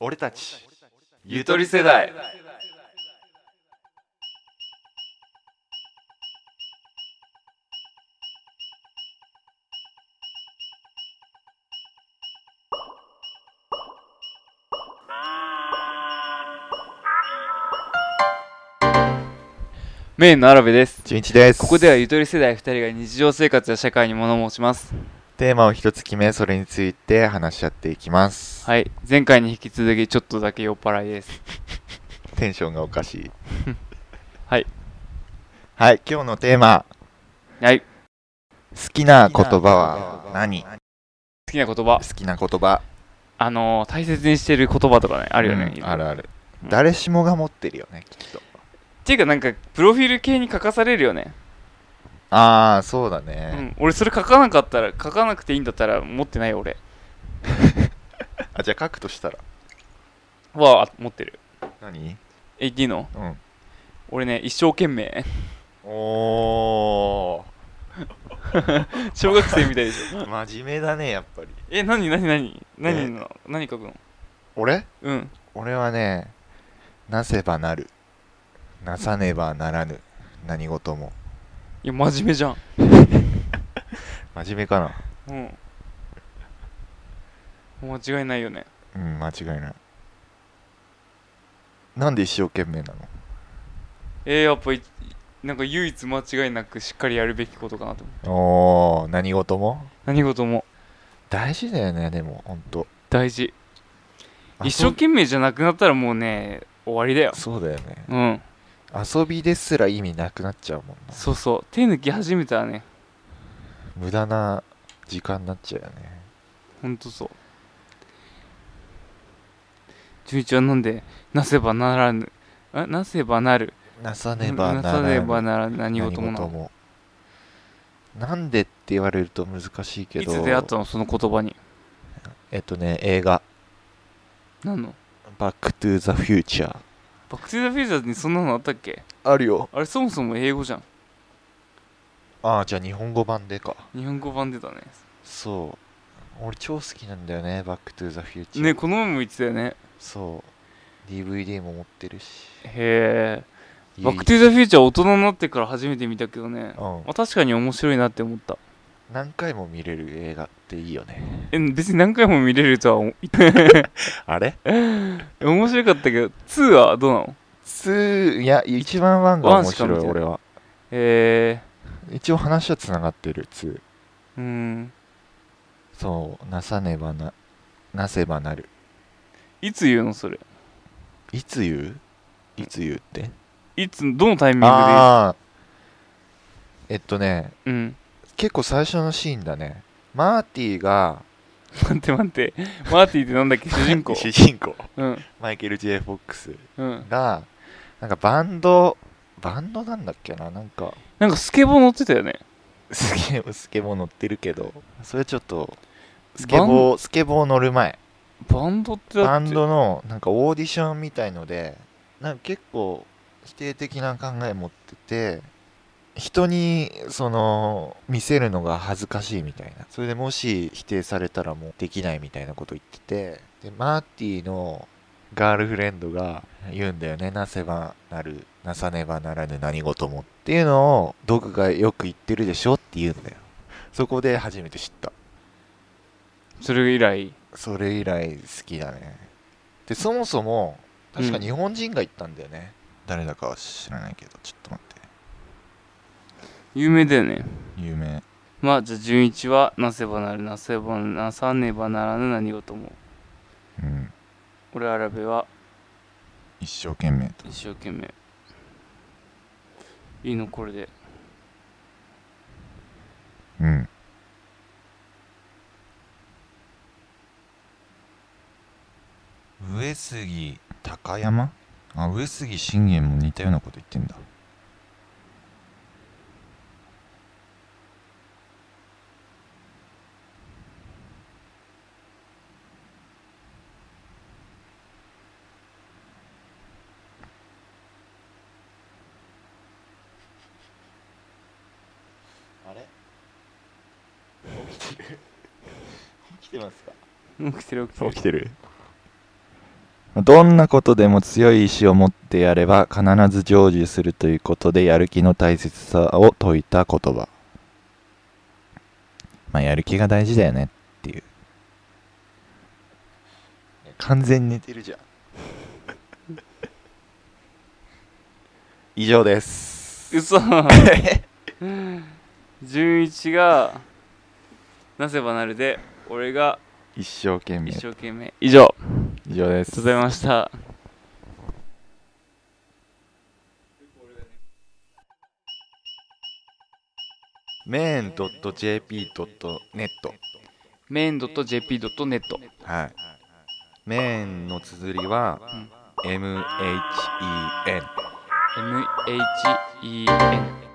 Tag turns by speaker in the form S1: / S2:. S1: 俺たち
S2: ゆとり世代メインのアラベです
S3: 純一です
S2: ここではゆとり世代2人が日常生活や社会に物申します
S3: テーマを一つ決めそれについて話し合っていきます、
S2: はい前回に引き続きちょっとだけ酔っ払いです
S3: テンションがおかしい
S2: はい
S3: はい今日のテーマ
S2: はい好
S3: 好きな言葉は何好
S2: きな言葉
S3: きな言葉
S2: あのー大切にしてる言葉とかねあ
S3: あ
S2: るよね、
S3: あるある、
S2: うん
S3: 誰しもが持ってるよねきっと
S2: っていうかなんかプロフィール系に書かされるよね、
S3: ああそうだ
S2: う
S3: ね、
S2: ん、俺それ書かなかったら書かなくていいんだったら持ってないよ俺
S3: あじゃあ書くとしたら
S2: はあ持ってる
S3: 何
S2: えいいの
S3: うん
S2: 俺ね一生懸命
S3: お
S2: 小学生みたいでし ょ
S3: ー真面目だねやっぱり
S2: え何何何何の何書くの
S3: 俺
S2: うん
S3: 俺はねなせばなるなさねばならぬ何事も
S2: いや真面目じゃん
S3: 真面目かな
S2: うんもう間違いないよね
S3: うん間違いないなんで一生懸命なの
S2: えー、やっぱいなんか唯一間違いなくしっかりやるべきことかなと思
S3: お
S2: う
S3: ー何事も
S2: 何事も
S3: 大事だよねでもほんと
S2: 大事
S3: 遊び
S2: 一生懸命じゃなくなったらもうね終わりだよ
S3: そうだよね
S2: うん
S3: 遊びですら意味なくなっちゃうもんな
S2: そうそう手抜き始めたらね
S3: 無駄な時間になっちゃうよね
S2: ほんとそう純一はなんでなせばならぬあなせばなる
S3: なさねばなら
S2: さ
S3: ぬ
S2: ねばならぬ何事も
S3: 何
S2: な
S3: 事
S2: の
S3: もなんでって言われると難しいけ
S2: い
S3: ど
S2: つ出会ったのその言葉に
S3: えっとね映画
S2: 何の
S3: 「バック・トゥ・ザ・フューチャー
S2: バック・トゥ・ザ・フューチャーにそんなのあったっけ」
S3: あるよ
S2: あれそもそも英語じゃん
S3: ああじゃあ日本語版でか
S2: 日本語版出たね
S3: そう俺超好きなんだよね「バック・トゥ・ザ・フューチャー」
S2: ねこの前も言ってたよね
S3: そう DVD も持ってるし
S2: へえバック・トゥ・ザ・フューチャー大人になってから初めて見たけどね
S3: うん
S2: あ確かに面白いなって思った
S3: 何回も見れる映画っていいよね
S2: え別に何回も見れるとは思
S3: あれ
S2: 面白かったけど2はどうなの
S3: 2いや一番1が
S2: ワン
S3: 面
S2: しか見て
S3: 白い
S2: ない
S3: 俺は
S2: え
S3: 一応話はつながってる2
S2: ー、うん
S3: そうなさねばななせばなる
S2: いつ言うのそれ
S3: いつ言ういつ言うって
S2: いつどのタイミングで言う
S3: ああえっとね
S2: うん
S3: 結構最初のシーンだねマーティが
S2: 待って待ってマーティってなんだ っけ主人公
S3: 主人公
S2: うん
S3: マイケル・ J ・フォックス
S2: うん
S3: がなんかバンドバンドなんだっけななんか
S2: なんかスケボー乗ってたよね
S3: スケスケボー乗ってるけどそれちょっとスケ
S2: バン
S3: ボースケボー乗る前
S2: バンドってだ
S3: バ
S2: って
S3: ンドのなんかオーディションみたいのでなんか結構否定的な考え持ってて人にその見せるのが恥ずかしいみたいなそれでもし否定されたらもうできないみたいなこと言っててでマーティのガールフレンドが言うんだよねなせばなるなさねばならぬ何事もっていうのをドクがよく言ってるでしょって言うんだよそこで初めて知った
S2: それ以来
S3: それ以来好きだねでそもそも確か
S2: うん
S3: 日本人が行ったんだよね、誰だかは知らないけどちょっと待って
S2: 有名だよね
S3: 有名
S2: まあじゃあ純一はなせばなるなせばなさねばならぬ何事も
S3: うん
S2: 俺アラベは
S3: 一生懸命と
S2: 一生懸命いいのこれで
S3: うん上杉高山あ上杉信玄も似たようなこと言ってんだあれ起きてる起きてますか
S2: 起きてる起きてる
S3: てるどんなことでも強い意志を持ってやれば必ず成就するということでやる気の大切さを説いた言葉。まあやる気が大事だよねっていう。完全に寝てるじゃん。以上です。
S2: 嘘純一がなせばなるで俺が
S3: 一生懸命
S2: 一。生懸命以上あ
S3: 以
S2: り
S3: 上です
S2: がとうご。ざいました
S3: main.jp.net
S2: メイン .jp.net
S3: はい。メーンの綴りは、MHEN。
S2: MEHEN